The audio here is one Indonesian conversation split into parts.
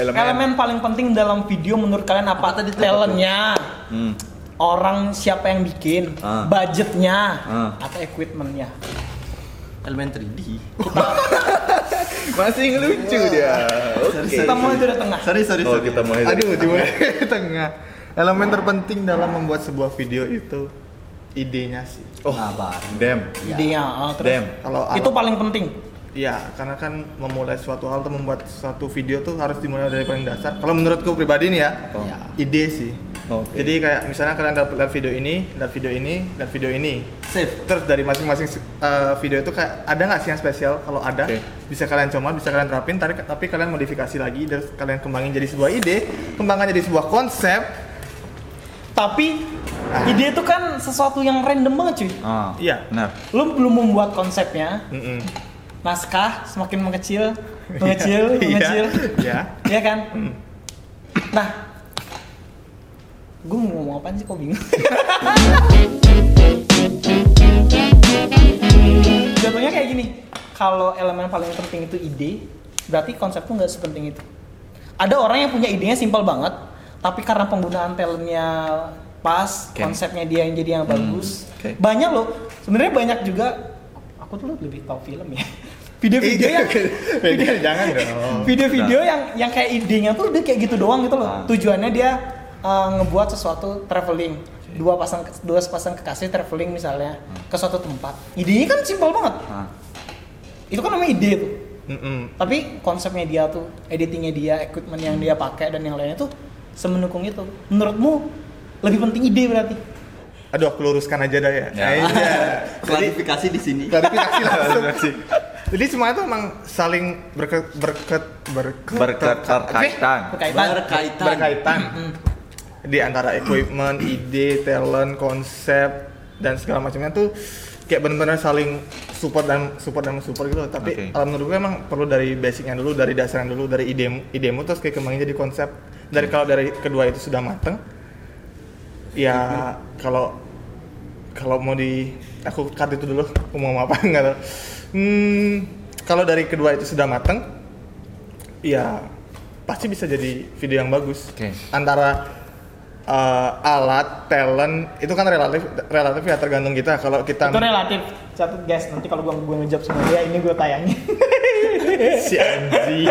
Ya. Nah, paling penting dalam video menurut kalian apa? Tadi talentnya, Hmm. orang siapa yang bikin, Ah. budgetnya, Ah. atau equipmentnya. Elementary D. Masih ngelucu dia. Oke. Kita mulai dari tengah. Sorry, sorry, Oh, sorry. kita mulai dari Aduh, dimulai dari tengah. Elemen terpenting dalam membuat sebuah video itu idenya sih. Oh, Sabar. damn. Idenya, ah, terus Damn. Kalau itu alat- paling penting. Iya, karena kan memulai suatu hal tuh membuat suatu video tuh harus dimulai dari paling dasar. Kalau menurutku pribadi nih ya, Oh. Ya. ide sih. Oke. Jadi kayak misalnya kalian lihat lihat video ini, lihat video ini, lihat video ini. Safe. Terus dari masing-masing eh, video itu kayak ada nggak sih yang spesial? Kalau ada, Oke. bisa kalian coba, bisa kalian terapin. Tapi, tapi kalian modifikasi lagi, terus kalian kembangin jadi sebuah ide, kembangkan jadi sebuah konsep. Tapi ide itu kan sesuatu yang random banget cuy. Ah, Iya. Benar. Lu belum membuat konsepnya, Mm-mm. naskah semakin mengecil, mengecil, Iya, mengecil. Iya. Iya kan? Hmm. Nah, gue mau ngomong apaan sih kok bingung? Jatuhnya kayak gini, kalau elemen paling penting itu ide, berarti konsep tuh nggak sepenting itu. Ada orang yang punya idenya simpel banget, tapi karena penggunaan talentnya pas, Oke. Hmm, konsepnya dia yang jadi yang bagus. oke. Banyak loh, sebenarnya banyak juga. Aku tuh lebih tahu film ya. Video-video Iya, yang Beda, Iya, jangan dong. video-video yang yang kayak idenya tuh udah kayak gitu doang gitu Ah. loh. Tujuannya dia uh, ngebuat sesuatu traveling. Dua pasang dua pasang kekasih traveling misalnya ke suatu tempat. Idenya kan simpel banget. Ah. Itu kan namanya ide tuh. Mm-mm. Tapi konsepnya dia tuh, editingnya dia, equipment yang dia pakai dan yang lainnya tuh semenukung itu. Menurutmu lebih penting ide berarti? Aduh, aku luruskan aja dah ya. Ya. Iya. Jadi Klarifikasi di sini. klarifikasi langsung. Klarifikasi. Jadi semuanya tuh emang saling berket berket berket Berketerkaitan. Berkaitan. Berkaitan. berkaitan di antara equipment, ide, talent, konsep dan segala macamnya tuh kayak benar-benar saling support dan support dan support gitu. loh. Tapi Oke. kalau menurut gue emang perlu dari basicnya dulu, dari dasarnya dulu, dari idemu, idemu terus kayak kembangin jadi konsep. Dari kalau dari kedua itu sudah mateng, ya kalau kalau mau di aku cut itu dulu aku mau ngomong apa nggak tahu. Hmm, kalau dari kedua itu sudah mateng, ya pasti bisa jadi video yang bagus. Oke. Antara eh, alat, talent itu kan relatif relatif ya tergantung kita. Kalau kita Itu relatif. Catat guys, nanti kalau gua gue ngejawab semua dia ini gue tayangin. si Anji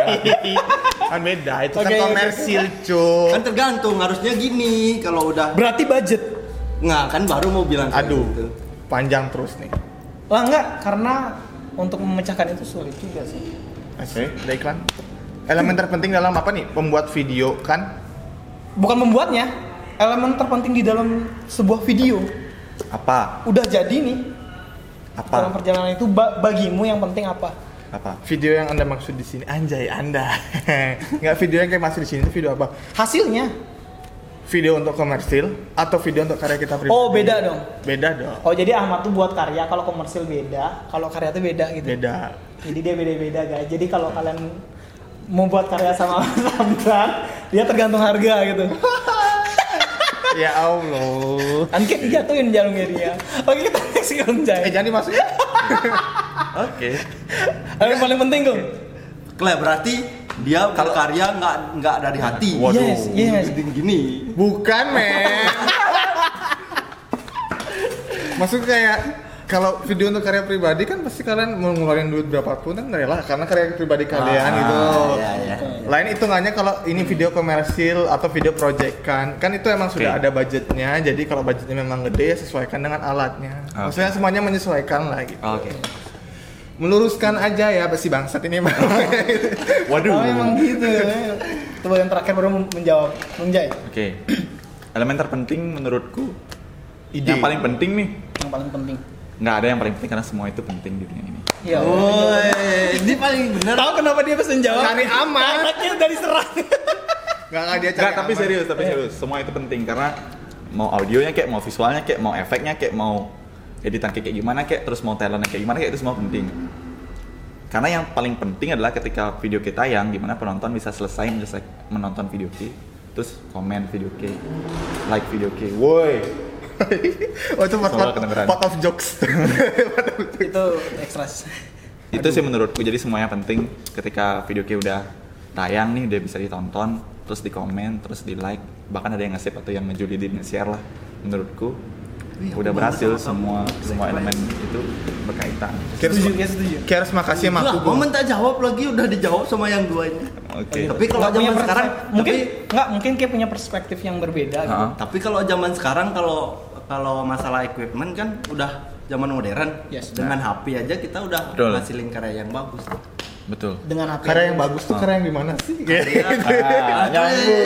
kan beda itu Oke, oke. kan komersil cuy. Kan tergantung harusnya gini kalau udah berarti budget. nggak kan baru mau bilang kayak Aduh, gitu. panjang terus nih. Lah enggak, karena untuk memecahkan itu sulit juga sih. Oke, ada iklan. Elemen terpenting dalam apa nih? Pembuat video kan bukan membuatnya elemen terpenting di dalam sebuah video Apa? udah jadi nih Ah. dalam Apa? perjalanan itu ba- bagimu yang penting apa Apa? video yang anda maksud di sini anjay anda nggak video yang kayak masuk di sini itu video apa hasilnya video untuk komersil atau video untuk karya kita pribadi oh beda dong beda dong oh jadi Ahmad tuh buat karya kalau komersil beda kalau karya tuh beda gitu beda jadi dia beda-beda guys jadi kalau kalian mau buat karya sama Samsung dia tergantung harga gitu ya allah nanti jatuhin jarumnya Kan dia oke kita next ke Gung eh Jai jangan dimasukin Oke. Apa yang paling penting Gung Kle berarti dia kalau karya nggak nggak dari hati. Waduh. yes yes Gini, gini. bukan men maksud kayak kalau video untuk karya pribadi kan pasti kalian mau ngeluarin duit berapapun kan rela karena karya pribadi kalian Ah, gitu Iya, iya. lain hitungannya kalau ini video komersil atau video project kan kan itu emang sudah Oke. ada budgetnya jadi kalau budgetnya memang gede ya sesuaikan dengan alatnya Oke. Ah. maksudnya semuanya menyesuaikan lah gitu Oke. meluruskan aja ya si bangsat ini emang Waduh. Oh emang gitu. Coba yang terakhir baru menjawab. Menjai. Oke. Elemen terpenting menurutku Ide. yang paling penting nih. Yang paling penting. Nggak ada yang paling penting karena semua itu penting di dunia ini. Iya. Woi, ini paling bener. Tahu kenapa dia pesen jawab? Cari aman. Anaknya dari serang. nggak nggak dia cari Iya. Enggak, tapi aman. serius, tapi serius. Semua itu penting karena mau audionya kayak, mau visualnya kayak, mau efeknya kayak, mau editan kayak gimana kayak, terus mau talentnya kayak gimana kayak itu semua penting. Karena yang paling penting adalah ketika video kita tayang, gimana penonton bisa selesai menyelesai menonton video kita, terus komen video kita, like video kita. Woi, oh itu part, Soalnya part, kedengeran. part of jokes Itu ekstras. itu sih menurutku jadi semuanya penting ketika video kita udah tayang nih udah bisa ditonton terus di komen terus di like bahkan ada yang ngasih atau yang ngejulidin nge-share lah menurutku Wih, aku udah banget berhasil sama kamu. semua semua Keren. elemen itu berkaitan Kayak Setuju, harus- ya setuju. kayak harus makasih sama aku Lah, Bung. momen tak jawab lagi udah dijawab sama yang dua ini. oke Tapi kalau Nggak punya zaman perspek- sekarang, mungkin tapi- nggak mungkin kayak punya perspektif yang berbeda gitu. Ha-ha. Tapi kalau zaman sekarang kalau kalau masalah equipment kan udah zaman modern. Yes. Dengan HP aja kita udah Betul. hasilin karya yang bagus. betul Dengan ya? HP. Karya yang bagus tuh Ah. karya yang gimana sih? Ah, Iya, nyambung.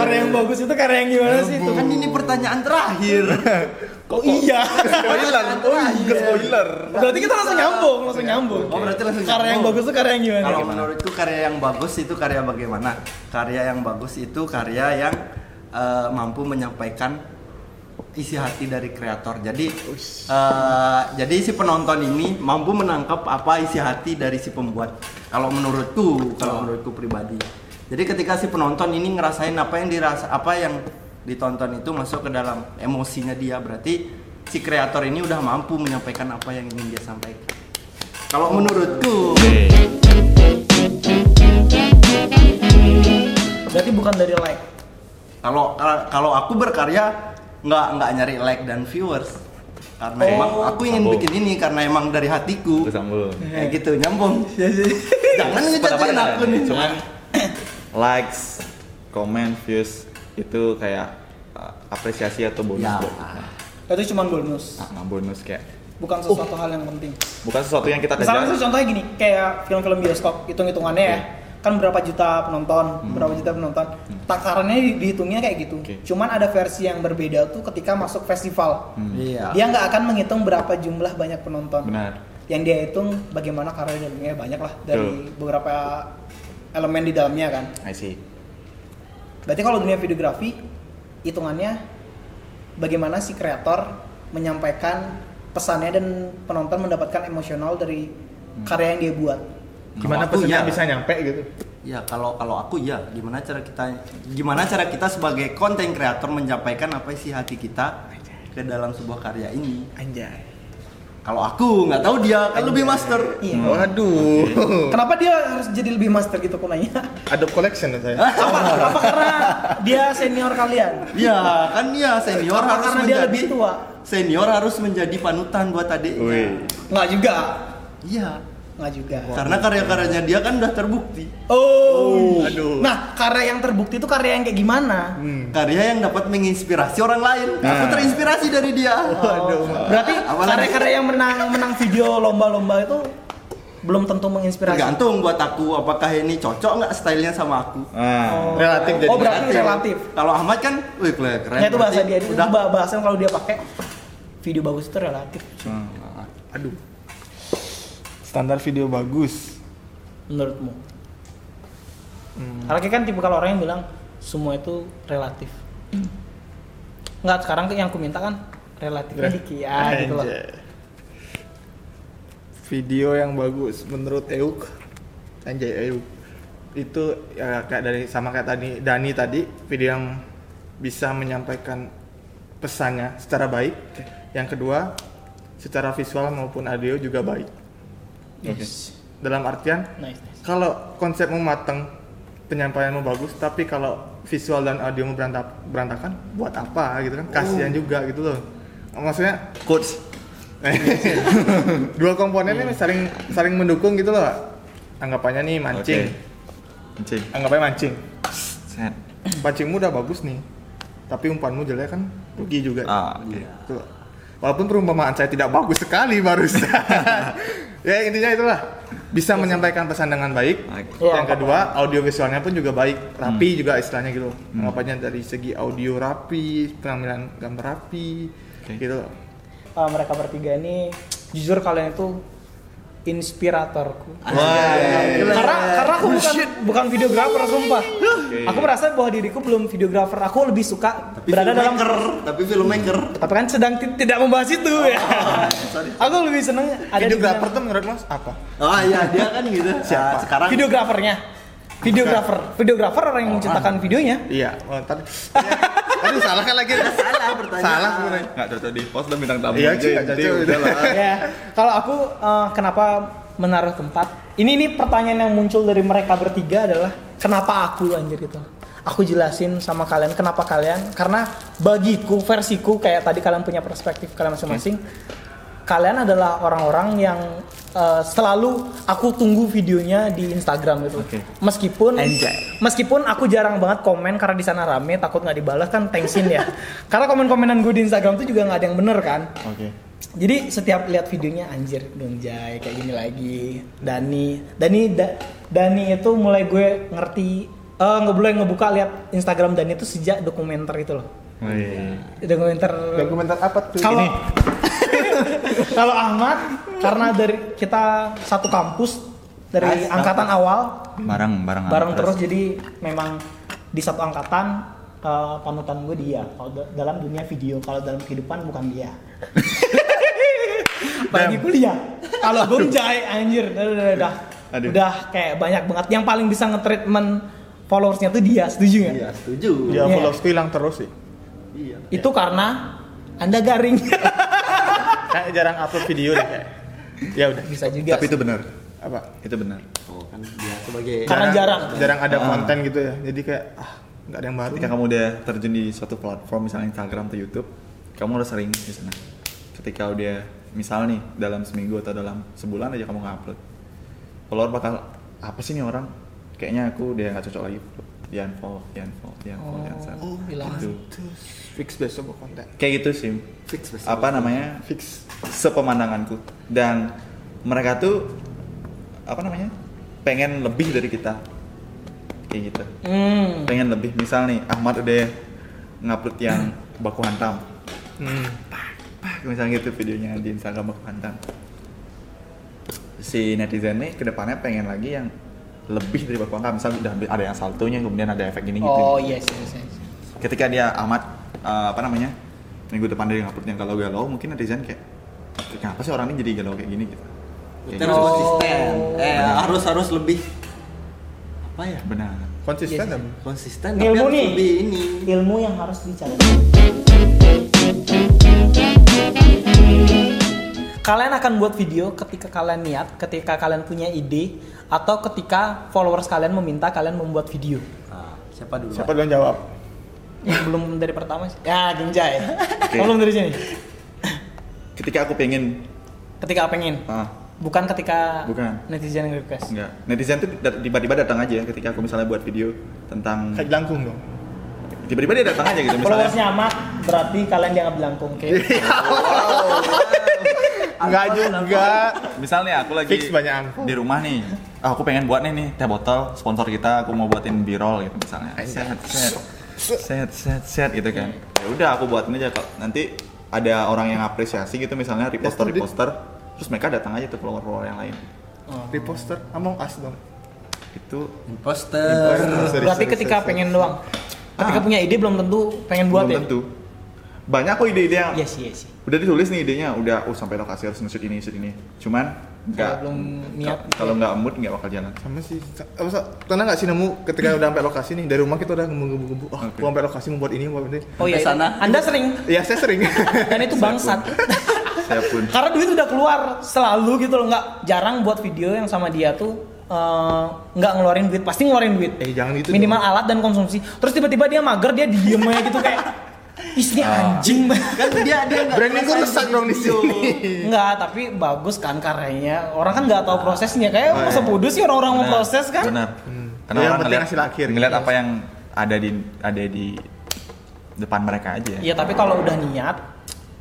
Karya yang bagus itu karya yang gimana sih itu? Kan ini pertanyaan terakhir. Oh iya. Spoiler, Kan oh iya, spoiler. berarti kita langsung nyambung, langsung nyambung. Oh, berarti langsung Karya yang nyambung. bagus itu karya yang gimana? Kalau menurutku karya yang bagus itu karya bagaimana? Karya yang bagus itu karya yang eh, mampu menyampaikan isi hati dari kreator. Jadi eh, jadi si penonton ini mampu menangkap apa isi hati dari si pembuat. Kalau menurutku, kalau menurutku pribadi. Jadi ketika si penonton ini ngerasain apa yang dirasa apa yang ditonton itu masuk ke dalam emosinya dia, berarti si kreator ini udah mampu menyampaikan apa yang ingin dia sampaikan. Kalau menurutku, Berarti bukan dari like. Kalau kalau aku berkarya nggak nggak nyari like dan viewers karena Oh. emang aku ingin Sambung. bikin ini karena emang dari hatiku Terus sambung kayak gitu nyambung Iya, jangan Pendapat ngejatuhin ada, aku nih cuman likes comment views itu kayak uh, apresiasi atau bonus Ya. buat kita. Itu cuma bonus. Nah, bonus kayak Oh. Bukan sesuatu hal yang penting. bukan sesuatu yang kita Misalnya kejar tuh contohnya gini, kayak film-film bioskop, hitung-hitungannya Iya. ya. Kan berapa juta penonton, berapa juta penonton. Takarannya di- dihitungnya kayak gitu. Hmm. Oke. Cuman ada versi yang berbeda tuh ketika masuk festival. iya Dia nggak akan menghitung berapa jumlah banyak penonton. Hmm. Ya. benar Yang dia hitung bagaimana karya dalamnya banyak lah dari beberapa elemen di dalamnya kan. I see Berarti kalau dunia videografi hitungannya bagaimana si kreator menyampaikan pesannya dan penonton mendapatkan emosional dari Hmm. karya yang dia buat. Gimana Aku pesannya ya. bisa nyampe gitu? ya kalau kalau aku ya gimana cara kita gimana cara kita sebagai konten kreator menyampaikan apa isi hati kita ke dalam sebuah karya ini Anjay. kalau aku nggak tahu dia kan lebih master Iya. Hmm. Waduh. Kenapa dia harus jadi lebih master gitu aku nanya? Adobe collection ya saya. apa, apa karena dia senior kalian? Iya kan ya senior Apa harus karena dia menjadi lebih tua? senior harus menjadi panutan buat Wih. adiknya Nggak juga. iya Nggak juga. Karena karya-karyanya dia kan udah terbukti. Oh. Aduh. Nah, karya yang terbukti itu karya yang kayak gimana? Hmm. Karya yang dapat menginspirasi orang lain. Aku Nah. terinspirasi dari dia. Oh, Waduh. Berarti Apalagi- karya-karya yang menang menang video lomba-lomba itu belum tentu menginspirasi. Tergantung buat aku apakah ini cocok nggak stylenya sama aku. ah Relatif jadi Oh, berarti Relatif. relatif. Kalau Ahmad kan, wih keren. keren. Nah, itu bahasa Berarti dia itu Udah. bah- bahasa yang kalau dia pakai video bagus itu relatif Hmm. Aduh. Standar video bagus. menurutmu. Hmm. Karena kita kan tipe kalau orang yang bilang semua itu relatif. Enggak, sekarang tuh yang aku minta kan relatifnya Re- dikit ya gitu loh. Anjay. Video yang bagus menurut Euk. Anjay Euk. Itu ya, kayak dari sama kayak tadi Dani tadi, video yang bisa menyampaikan pesannya secara baik. Yang kedua, secara visual maupun audio juga baik. Yes. Dalam artian Nice, nice. kalau konsepmu mateng, penyampaianmu bagus, tapi kalau visual dan audiomu berantap- berantakan, buat apa gitu kan? Kasihan juga gitu loh. Maksudnya coach dua komponen ini saling saling mendukung gitu loh. Anggapannya nih mancing. mancing Anggapannya mancing. set Pancingmu udah bagus nih. Tapi umpanmu jelek kan rugi juga. ah oke Gitu loh. Walaupun perumpamaan saya tidak bagus sekali barusan. ya intinya itulah bisa menyampaikan pesan dengan baik. Oke. Iya, Yang kedua, audio visualnya pun juga baik, rapi Hmm. juga istilahnya gitu. loh. Anggapannya dari segi audio rapi, penampilan gambar rapi Oke. gitu loh. Eh, mereka bertiga ini jujur kalian itu inspiratorku. eh, karena karena aku bukan bukan videografer sumpah aku merasa bahwa diriku belum videografer aku lebih suka Tapi berada dalam filmmaker, tapi filmmaker. tapi kan sedang ti- tidak membahas itu ya sorry. aku lebih seneng ada di Oh, Videografer bidang- tuh menurut Mas apa? Oh iya, dia kan gitu. Siapa? Ah, sekarang videografernya videografer videografer orang yang menciptakan videonya Iya, oh, tadi Aduh, salah kan lagi. salah pertanyaan. salah sebenarnya. nggak cocok di post dan bintang tamu Iya, aja sih, nggak intinya cocok. udah lah ya kalau aku eh, kenapa menaruh tempat ini ini pertanyaan yang muncul dari mereka bertiga adalah kenapa aku anjir gitu aku jelasin sama kalian kenapa kalian karena bagiku versiku kayak tadi kalian punya perspektif kalian masing-masing kalian adalah orang-orang yang eh, selalu aku tunggu videonya di Instagram gitu Oke. meskipun Anjay. meskipun aku jarang banget komen karena di sana rame takut nggak dibalas kan thanksin ya karena komen-komenan gue di Instagram tuh juga nggak ada yang bener kan Oke. jadi setiap lihat videonya anjir Dongjai kayak gini lagi. Dani, Dani, Da- Dani itu mulai gue ngerti eh nggak boleh ngebuka lihat Instagram Dani itu sejak dokumenter itu loh. Wih. Dokumenter. Dokumenter apa tuh? Kalau Ini. kalau Ahmad karena dari kita satu kampus dari Nice. angkatan awal Barang barang bareng anak terus jadi memang di satu angkatan eh, panutan gue dia kalau da- dalam dunia video kalau dalam kehidupan bukan dia bagi kuliah kalau Bonjai anjir udah udah udah Aduh. udah kayak banyak banget yang paling bisa nge-treatment followersnya tuh dia setuju nggak Iya, setuju. Ya, Iya. followersku hilang terus sih. Iya. itu karena anda garing Kayak jarang upload video deh kayak. Ya udah. bisa juga Tapi itu benar. Apa? Itu benar. Oh, kan dia sebagai Karena jarang. Jarang ada Ah. konten gitu ya. Jadi kayak ah, nggak ada yang baru. Ketika kamu udah terjun di suatu platform misalnya Instagram atau YouTube, kamu udah sering di sana. Ketika udah misal nih dalam seminggu atau dalam sebulan aja kamu nggak upload, follower bakal apa sih nih orang? Kayaknya aku udah nggak cocok lagi. Di unfollow, di unfollow, di unfollow, di unfollow. Oh, hilang. Gitu. Fix besok buat konten. Kayak gitu sih. fix besok. Apa namanya? Fix. Sepemandanganku. Dan mereka tuh apa namanya? Pengen lebih dari kita. Kayak gitu hmm. pengen lebih misal nih Ahmad udah ngupload yang baku hantam Hmm. Pah, misalnya gitu videonya di Instagram baku hantam si netizen nih kedepannya pengen lagi yang lebih dari baku hantam misal udah ambil- ada yang saltonya kemudian ada efek gini gitu oh yes yes, yes. ketika dia Ahmad eh, apa namanya minggu depan dia ngupload yang galau-galau mungkin netizen kayak kenapa sih orang ini jadi galau kayak gini gitu kayak Kita gitu Oh. harus sih. konsisten. Eh, harus harus lebih apa ya? gitu. benar Konsisten Iya Yes. yes. Konsisten tapi ilmu harus nih lebih ini. ilmu yang harus dicari kalian akan buat video ketika kalian niat ketika kalian punya ide atau ketika followers kalian meminta kalian membuat video Ah, siapa dulu? Siapa duluan jawab? Hmm. yang belum dari pertama sih ya genjai Kalau belum dari sini ketika aku pengen ketika pengen ah, bukan ketika Bukan. netizen yang request Enggak. Netizen tuh dat- tiba-tiba datang aja ketika aku misalnya buat video tentang Kayak langkung dong. tiba-tiba dia datang aja gitu misalnya. followersnya amat berarti kalian dianggap belangkung oke Enggak juga. Misalnya aku lagi Fix banyak angkot. di rumah nih. Ah, aku pengen buat nih nih teh botol sponsor kita aku mau buatin b-roll gitu misalnya. Set set set set set gitu kan. Ya udah aku buatin aja kalau nanti ada orang yang apresiasi gitu misalnya reposter reposter terus mereka datang aja tuh follower follower yang lain Reposter Among Us dong. itu Eh, Imposter. Sorry, sorry, berarti ketika sorry, pengen doang ketika Ah. punya ide belum tentu pengen buat belum ya Iya. tentu banyak kok ide-ide yang yes yes yes. udah ditulis nih idenya udah oh sampai lokasi harus nge-shoot ini shoot ini cuman nggak belum niat gitu kalau nggak mood nggak bakal jalan sama sih apa sa- pernah nggak sih nemu ketika udah sampai lokasi nih dari rumah kita udah ngebu-ngebu oh Oke. aku sampai lokasi membuat ini membuat ini oh iya Sampai sana. anda sering ya saya sering dan itu bangsat saya pun karena duit udah keluar selalu gitu loh nggak jarang buat video yang sama dia tuh eh, nggak ngeluarin duit pasti ngeluarin duit eh jangan gitu minimal alat dan konsumsi terus tiba-tiba dia mager dia diem aja gitu kayak istri anjing Kan dia dia dong. enggak branding gue rusak dong di sini Enggak, tapi bagus kan karyanya. Orang kan nggak tahu prosesnya. Kayak Oh, iya. masa bodoh sih orang-orang mau proses kan. benar karena Hmm. Iya, Yang orang penting ngeliat, hasil akhir. gitu ya. ngeliat apa yang ada di ada di depan mereka aja Iya, tapi kalau udah niat,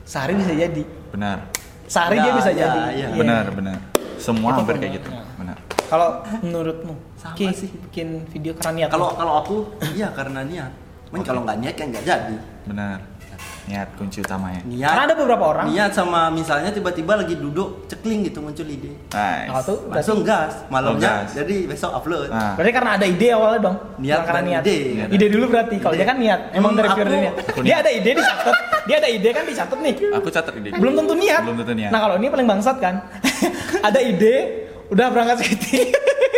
sehari bisa jadi. benar Sehari Ya, dia bisa ya, jadi. ya. Iya. benar benar semua Itu hampir benar. kayak gitu Iya. benar Kalau menurutmu, Sama Ki, sih. bikin video karena niat. Kalau kalau aku iya karena niat. Men kalau nggak niat kan nggak jadi. benar niat kunci utamanya Niat. karena ada beberapa orang. niat sama misalnya tiba-tiba lagi duduk cekling gitu muncul ide. Nah, nice itu berarti, Langsung gas Oh, malamnya gas. jadi besok upload. nah berarti karena ada ide awalnya dong. Niat Bukan karena dan niat. ide. Niat. Ide dulu berarti. Kalau Ide. dia kan niat. Emang Hmm, dari aku- pure niat. aku Dia niat. ada ide dicatat. Dia ada ide kan dicatat nih. aku catat ide belum tentu niat. belum tentu niat Nah kalau ini paling bangsat kan, ada ide, udah berangkat syuting,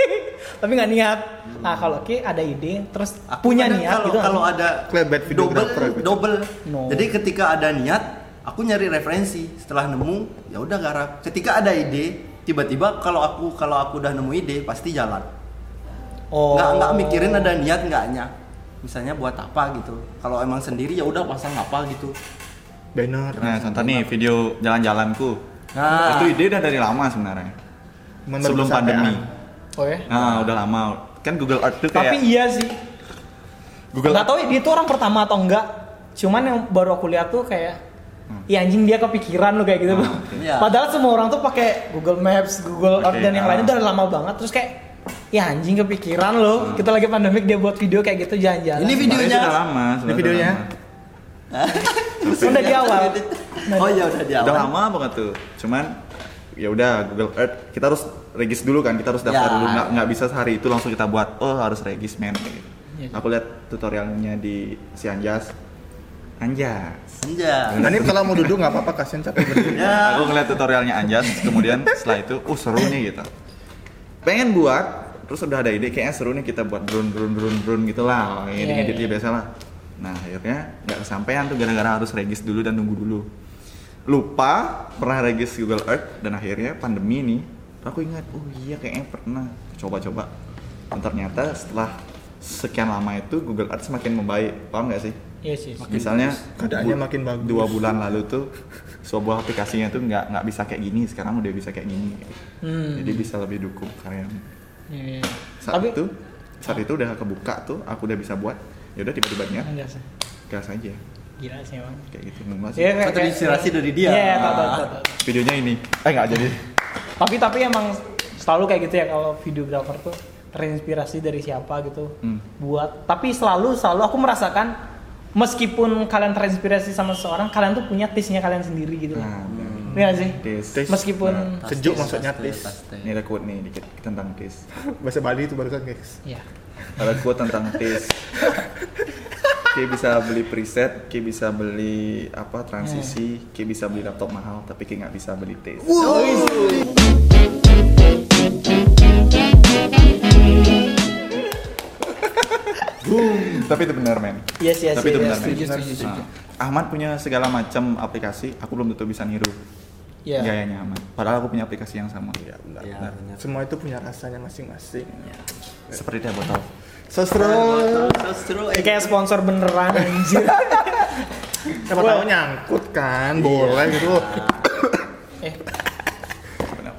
tapi nggak niat. Nah kalau Ki ada ide, terus Aku punya kadang niat kalau, gitu. kalau nggak ada Klebet double videographer gitu. double No. jadi ketika ada niat aku nyari referensi setelah nemu ya udah garap ketika ada ide tiba-tiba kalau aku kalau aku udah nemu ide pasti jalan sih? oh, nggak nggak mikirin ada niat nggaknya misalnya buat apa gitu kalau emang sendiri ya udah pasang apa gitu banner Nah, contoh nih video jalan-jalanku. Nah. Itu ide udah dari lama sebenarnya. Menurut Sebelum sampean. pandemi. Oh ya. Nah, udah lama. Kan Google Earth tuh Tapi kayak iya sih. Google nggak tahu ya, dia tuh orang pertama atau enggak. Cuman yang baru aku lihat tuh kayak Ya anjing dia kepikiran lo kayak gitu. Hmm, Bang. Hmm. oke. Iya. Padahal semua orang tuh pakai Google Maps, Google Earth Oke, dan yang ah. lainnya udah lama banget. Terus kayak ya anjing kepikiran lo. Kita lagi pandemik dia buat video kayak gitu jalan-jalan. Hmm. Ini Sebenarnya videonya. sudah Nah, lama, Ini sebenarnya videonya. sudah lama. udah di awal. oh ya udah di awal Udah lama banget tuh. Cuman ya udah Google Earth kita harus regis dulu kan, kita harus daftar Ya. dulu. Nggak nggak bisa sehari itu langsung kita buat. Oh, harus regis men. kayak gitu. Iya. Aku lihat tutorialnya di si Anjas. Anjas. Anjay. Nah, ini kalau mau duduk nggak apa-apa kasihan capek berdiri. ya Iya. Aku ngeliat tutorialnya Anjas, kemudian setelah itu, uh seru nih gitu. Pengen buat, terus udah ada ide kayaknya seru nih kita buat drone drone drone drone gitu lah, Iya, ini editnya iya. biasa lah. Nah akhirnya nggak kesampaian tuh gara-gara harus regis dulu dan nunggu dulu. Lupa pernah regis Google Earth dan akhirnya pandemi nih, aku ingat, oh iya kayaknya pernah coba-coba. Dan ternyata setelah sekian lama itu Google Earth semakin membaik, paham nggak sih? Iya sih. misalnya Keadaannya bu- makin bagus. dua bulan lalu tuh sebuah aplikasinya tuh nggak nggak bisa kayak gini sekarang udah bisa kayak gini Hmm. jadi bisa lebih dukung karyamu Iya, iya. saat Tapi itu saat itu udah kebuka tuh aku udah bisa buat ya udah tiba-tiba nyet enggak sih. gas aja Gila sih emang. kayak gitu Mumlah sih. Iya, kayak- kayak- terinspirasi dari dia. Iya, tahu, tahu, tahu, tahu. videonya ini eh nggak jadi tapi tapi emang selalu kayak gitu ya kalau videografer tuh terinspirasi dari siapa gitu Hmm. buat tapi selalu selalu aku merasakan meskipun kalian terinspirasi sama seseorang kalian tuh punya taste-nya kalian sendiri gitu nah, loh Iya nggak sih Taste. Taste. meskipun Nah. Sejuk maksudnya, please. ini ada quote nih dikit tentang taste Bahasa Bali itu barusan guys. ya ada quote tentang taste Kayak bisa beli preset, kayak bisa beli apa transisi, kayak bisa beli laptop mahal, tapi kayak nggak bisa beli taste. Oh, iya. Boom. tapi itu benar men. Yes, yes, Tapi yes, itu yes, benar men. setuju, setuju, setuju. Nah, Ahmad punya segala macam aplikasi, aku belum tentu bisa niru Iya. gayanya Ahmad. Padahal aku punya aplikasi yang sama. Ya, benar. Ya, Benar. benar. Semua itu punya rasanya masing-masing. Seperti teh botol. Sosro. Terus terus Ini kayak sponsor beneran anjir Siapa tahu nyangkut Iya. kan, boleh gitu. Eh.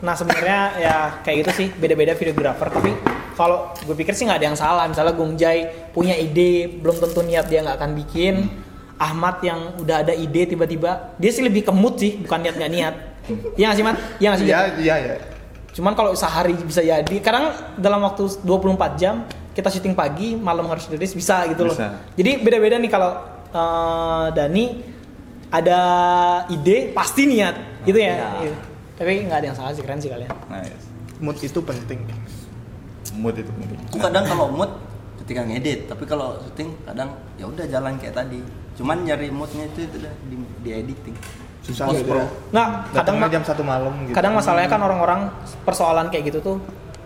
Nah sebenarnya ya kayak gitu sih beda-beda videografer tapi kalau gue pikir sih nggak ada yang salah misalnya Gung Jai punya ide belum tentu niat dia nggak akan bikin Ahmad yang udah ada ide tiba-tiba dia sih lebih kemut sih bukan niat nggak niat Iya nggak sih Mat? Iya nggak sih? Iya, Jai? iya, iya. Cuman kalau sehari bisa jadi kadang dalam waktu 24 jam kita syuting pagi malam harus rilis bisa gitu loh Bisa. jadi beda-beda nih kalau eh, Dani ada ide pasti niat gitu ya. Iya. Iya. Tapi nggak ada yang salah sih keren sih kalian. Iya. Nice. Mood itu penting. Mood itu penting. aku kadang kalau mood ketika ngedit tapi kalau syuting kadang ya udah jalan kayak tadi cuman nyari moodnya itu itu dah di, di editing Susah Iya, gitu. iya. Nah, kadang Datangnya mah- jam satu malam gitu. Kadang masalahnya kan orang-orang persoalan kayak gitu tuh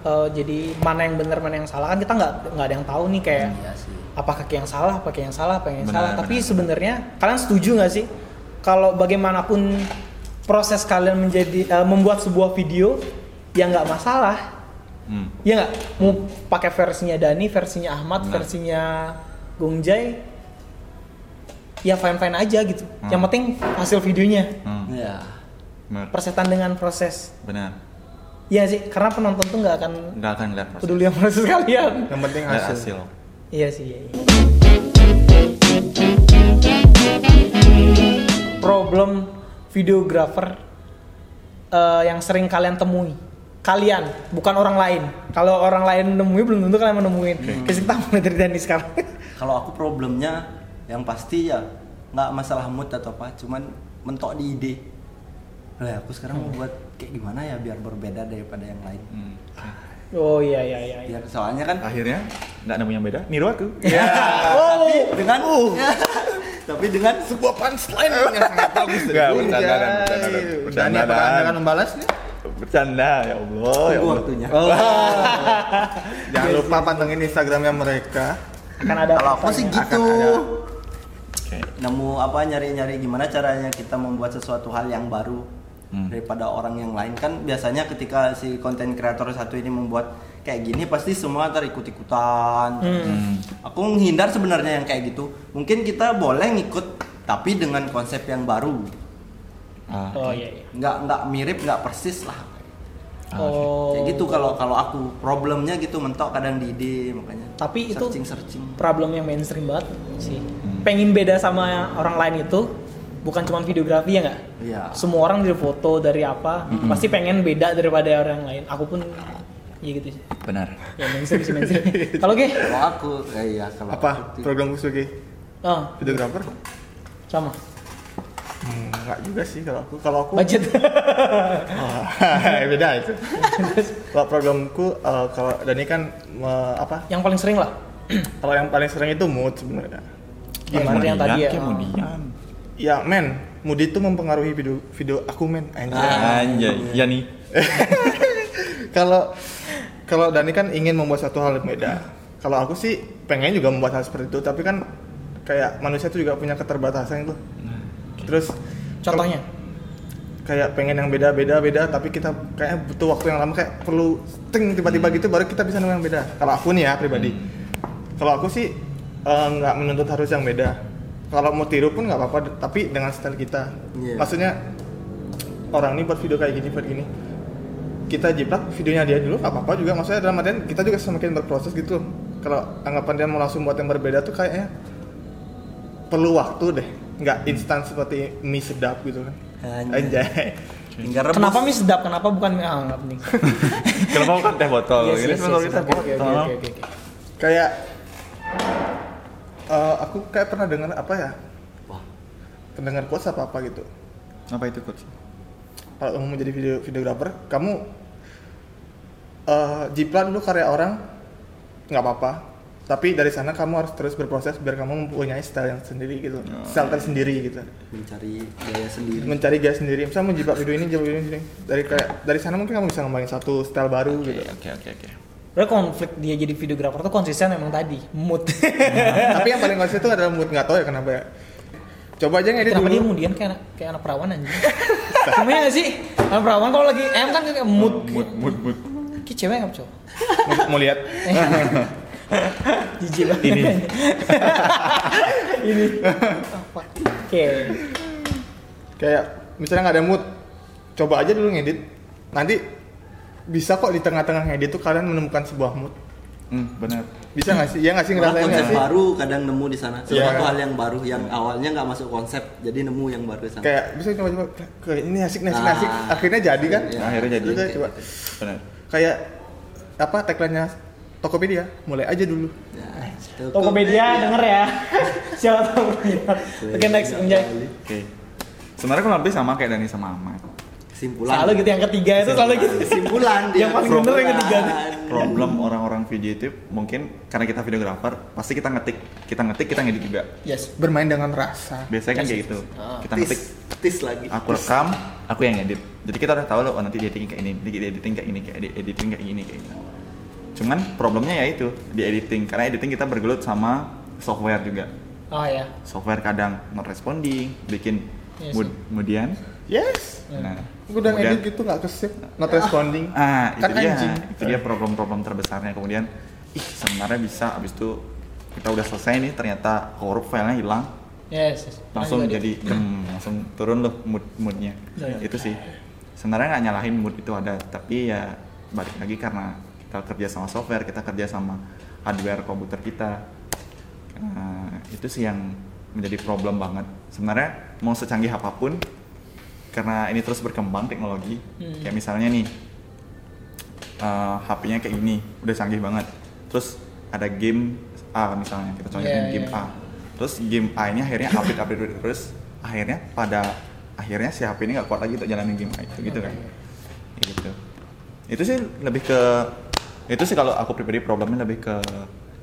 eh, jadi mana yang benar mana yang salah kan kita nggak nggak ada yang tahu nih kayak Iya sih apakah kayak yang salah, apa kayak yang salah, apa yang Benar, salah. Tapi benar. sebenarnya kalian setuju nggak sih kalau bagaimanapun proses kalian menjadi eh, membuat sebuah video yang nggak masalah Hmm. Iya nggak? Mau pakai versinya Dani, versinya Ahmad, Nah. versinya Gung Jai, ya fine fine aja gitu. Hmm. Yang penting hasil videonya Hmm. ya Benar. persetan dengan proses. Benar. Iya sih, karena penonton tuh nggak akan Nggak akan lihat proses. peduli sama proses kalian. yang penting Nggak hasil. hasil. Iya sih. Iya, iya. Problem videografer eh, yang sering kalian temui kalian bukan orang lain kalau orang lain menemui belum tentu kalian menemuin Hmm. Kayak kita mulai dari Dani sekarang kalau aku problemnya yang pasti ya nggak masalah mood atau apa cuman mentok di ide lah aku sekarang mau buat kayak gimana ya biar berbeda daripada yang lain Hmm. Ah. Oh iya iya iya. iya. biar soalnya kan Akhirnya nggak nemu yang beda. Niru aku. Oh, dengan tapi dengan Sebuah punchline yang sangat bagus. Iya. Nggak, bercanda, dan bercanda, dan bercanda, Dan ya, apakah dan. Anda akan membalas nih? Bercanda ya Allah. Ya tunggu Allah. waktunya Jangan lupa pantengin Instagramnya mereka. akan ada ya? kalau aku sih apa-apanya. gitu Oke. nemu apa nyari-nyari gimana caranya kita membuat sesuatu hal yang baru Hmm. daripada orang yang lain kan biasanya ketika si konten kreator satu ini membuat kayak gini pasti semua ntar ikut-ikutan. Hmm. Hmm. Aku menghindar sebenarnya yang kayak gitu. Mungkin kita boleh ngikut tapi dengan konsep yang baru. Ah, Oh oke. iya iya. Nggak nggak mirip, nggak persis lah. Ah, oke. Oh. Kayak gitu kalau kalau aku problemnya gitu mentok kadang di ide makanya. Tapi itu searching searching. problem yang mainstream banget sih. Hmm. Pengen beda sama orang lain itu bukan cuma videografi ya nggak? Iya. Semua orang dari foto dari apa pasti pengen beda daripada orang lain. Aku pun ya gitu sih. Benar. Ya mainstream sih mainstream. Kalau Ge? Kalau aku eh, iya kalau Apa aku tuh- program khusus Ki? Oh, Videografer? sama. Hmm, enggak juga sih kalau aku. Kalau aku Budget. Oh, beda itu. kalau programku eh, kalau Dani kan me- apa? yang paling sering lah. Kalau yang paling sering itu mood sebenarnya. Yang Gimana? yang tadi ya. Kemudian. Ya men, mood itu mempengaruhi video video aku men. Anjay. Anjay. Ya nih. Kalau kalau Dani kan ingin membuat satu hal yang beda. Kalau aku sih pengen juga membuat hal seperti itu, tapi kan kayak manusia tuh juga punya keterbatasan itu. Terus Contohnya. kayak pengen yang beda beda beda tapi kita kayaknya butuh waktu yang lama kayak perlu ting tiba-tiba gitu baru kita bisa nemu yang beda kalau aku nih ya pribadi kalau aku sih eh, nggak menuntut harus yang beda kalau mau tiru pun nggak apa-apa d- tapi dengan style kita Iya. maksudnya orang ini buat video kayak gini buat gini kita jiplak videonya dia dulu nggak apa-apa juga maksudnya dalam artian kita juga semakin berproses gitu loh. kalau anggapan dia mau langsung buat yang berbeda tuh kayaknya perlu waktu deh nggak instan seperti mie sedap gitu kan Anjay. Anjay. Tinggal rebus. Kenapa mie sedap? Kenapa bukan mie hangat nih? Kenapa bukan teh botol? Yes, Ini yes, botol yes, kita oke, oke, botol. oke, oke, oke. Kayak eh, aku kayak pernah dengar apa ya? Wah. Pendengar quotes apa apa gitu. Apa itu coach? Kalau kamu mau jadi video videografer, kamu eh jiplak dulu karya orang nggak apa-apa. Tapi dari sana kamu harus terus berproses biar kamu mempunyai style yang sendiri gitu, style tersendiri gitu. mencari gaya sendiri? Mencari gaya sendiri. Misalnya mau jiplak video ini, jiplak video ini. Dari kayak dari sana mungkin kamu bisa ngembangin satu style baru Oke gitu. oke oke oke. Sebenarnya konflik dia jadi videografer tuh konsisten emang tadi mood. tapi yang paling konsisten itu adalah mood nggak tahu ya kenapa ya coba aja ngedit Kenapa dulu dia kemudian kayak anak, kayak anak perawan aja? Gimana gak sih? Anak perawan kalau lagi M kan kayak mood. Mood mood mood. Kayak cewek nggak cowok? mau, mau lihat Jijik banget. Ini. Ini. Apa? Oke. kayak misalnya nggak ada mood coba aja dulu ngedit nanti bisa kok di tengah-tengah ngedit tuh kalian menemukan sebuah mood Hmm, benar. bisa nggak sih ya nggak sih Malah ngerasain konsep nggak sih baru kadang nemu di sana. Iya. Sesuatu hal yang baru yang awalnya nggak masuk konsep, jadi nemu yang baru di sana. kayak bisa coba-coba kayak ini asik nih asik, Ah. asik. akhirnya jadi kan Iya. Nah, akhirnya jadi. Terus saya coba Benar. kayak apa tagline-nya Tokopedia mulai aja dulu Ya, Tokopedia denger ya. Siapa tahu. Iya. Oke next Anjay. Oke. Sebenarnya kurang lebih sama kayak Dani sama Ahmad. Kesimpulan. Selalu gitu yang ketiga itu selalu gitu. Kesimpulan dia. Yang paling bener yang ketiga. Problem orang-orang video itu mungkin karena kita videografer, pasti kita ngetik, kita ngetik, kita ngedit juga. Yes. bermain dengan rasa Biasanya kan kayak gitu. Ah. Kita Tis, ngetik, Ah. tis lagi. aku rekam, aku yang edit. Jadi kita udah tahu loh, oh, nanti dia editing kayak ini, nanti dia editing kayak ini, kayak edit- editing kayak ini, kayak ini. Cuman problemnya ya itu di editing, karena editing kita bergelut sama software juga. Oh ya. Software kadang not responding, bikin Iya mood kemudian. yes Nah, aku udah kemudian- ngedit gitu nggak kesip not responding Ah, itu kan dia. anjing Itu dia problem-problem terbesarnya. Kemudian, ih sebenarnya bisa. Abis itu kita udah selesai nih, ternyata korup filenya hilang, Yes. yes. langsung Lanjut, jadi hmm, langsung turun loh mood moodnya. Iya, iya. Itu sih. Sebenarnya nggak nyalahin mood itu ada, tapi ya balik lagi karena kita kerja sama software, kita kerja sama hardware komputer kita. Nah, itu sih yang menjadi problem banget. Sebenarnya mau secanggih apapun, karena ini terus berkembang teknologi. Hmm. Kayak misalnya nih, eh, HP-nya kayak gini, udah canggih banget. Terus ada game A misalnya, kita contohin Iya, game iya. A. Terus game A ini akhirnya update update update terus, akhirnya pada akhirnya si HP ini nggak kuat lagi untuk jalanin game A itu gitu kan. Ya gitu. Itu sih lebih ke itu sih kalau aku pribadi problemnya lebih ke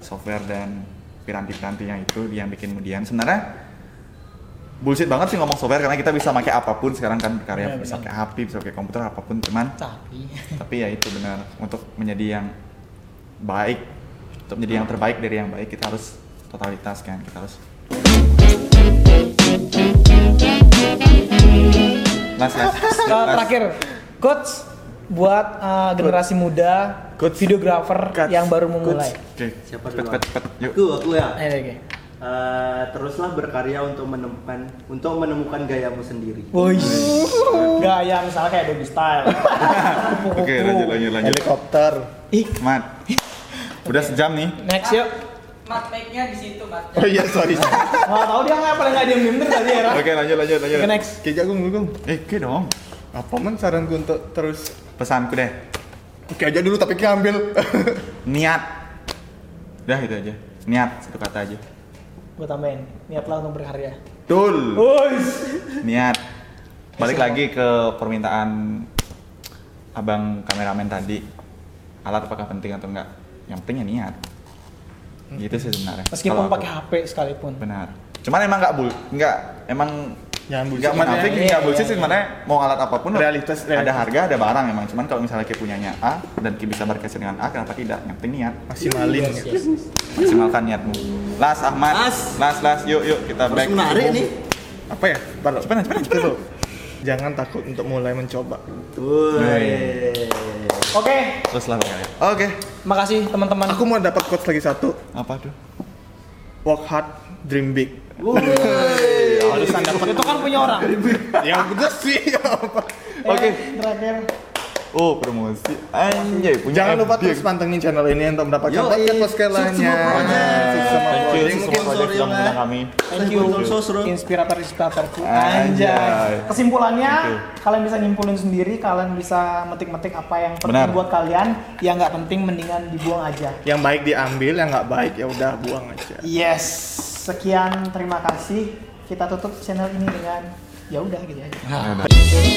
software dan piranti-pirantinya itu yang bikin kemudian sebenarnya bullshit banget sih ngomong software karena kita bisa pakai apapun sekarang kan Iya, berkarya bisa benar. pakai HP bisa pakai komputer apapun cuman Tapi tapi ya itu benar untuk menjadi yang baik untuk menjadi yang terbaik dari yang baik kita harus totalitas kan kita harus Last, Uh, last, last. ya. terakhir, coach buat uh, generasi muda Coach. videografer Coach. yang baru memulai. Oke. Siapa Cepet, duluan? cepet, cepet. Yuk. Aku, aku ya. Eh, oke. Eh, teruslah berkarya untuk menemukan untuk menemukan gayamu sendiri. Woi. Gak yang ya, misalnya kayak Doggy Style. Oke, lanjut, lanjut, lanjut. Helikopter. Ih, Mat. Udah sejam nih. next yuk. Matmeknya di situ, Mat. Oh iya, sorry. Gak tau dia nggak paling nggak diem-diem dari tadi ya. Ra. Oke, lanjut, lanjut, lanjut. Oke, next. Oke, jagung dulu, Gung. Eh, oke dong. Apa men saranku untuk terus Pesanku deh. Oke aja dulu tapi kita ambil. Niat. Udah itu aja. Niat satu kata aja. Gue tambahin, niatlah untuk berkarya. Betul. Woi. Niat. Balik lagi ke permintaan abang kameramen tadi. Alat apakah penting atau enggak? Yang penting ya niat. Gitu sih sebenarnya. Meskipun Kalau aku. pakai HP sekalipun. Benar. Cuman emang nggak bul, nggak emang Jangan bullshit. nggak munafik, Iya, nggak iya, bullshit iya. sih sebenarnya mau alat apapun Realitas- ada realitas. harga ada barang emang cuman kalau misalnya kita punyanya A dan kita bisa berkesenian dengan A kenapa tidak yang penting niat Iya, Iya, Maksimalin ya. maksimalkan niatmu Las Ahmad Las. Las Las yuk yuk kita Terus back menarik nih. Apa ya? Bentar, Cepetan, cepetan, cepetan. Tuh. Jangan takut untuk mulai mencoba. Woi. Oke, terus lah pokoknya. oke makasih teman-teman. Aku mau dapat quotes lagi satu. apa tuh Work hard, dream big. harusan dapat itu kan punya orang. Eh, yang Ya, bener sih. apa? oke Terakhir. oh promosi anjay punya Jangan lupa ending. terus pantengin channel ini untuk mendapatkan Yoi. podcast podcast lainnya. thank Sukses project. you Mungkin semua project sudah sorry lah. mengundang kami Thank you, Sponsor seru. inspirator inspiratorku. Anjay. Anjay. Kesimpulannya, Thank you. kalian bisa nyimpulin sendiri, kalian bisa metik-metik apa yang penting Benar. buat kalian, yang nggak penting mendingan dibuang aja. Yang baik diambil, yang nggak baik ya udah buang aja. Yes, sekian terima kasih. Kita tutup channel ini dengan ya udah gitu aja. Ya udah.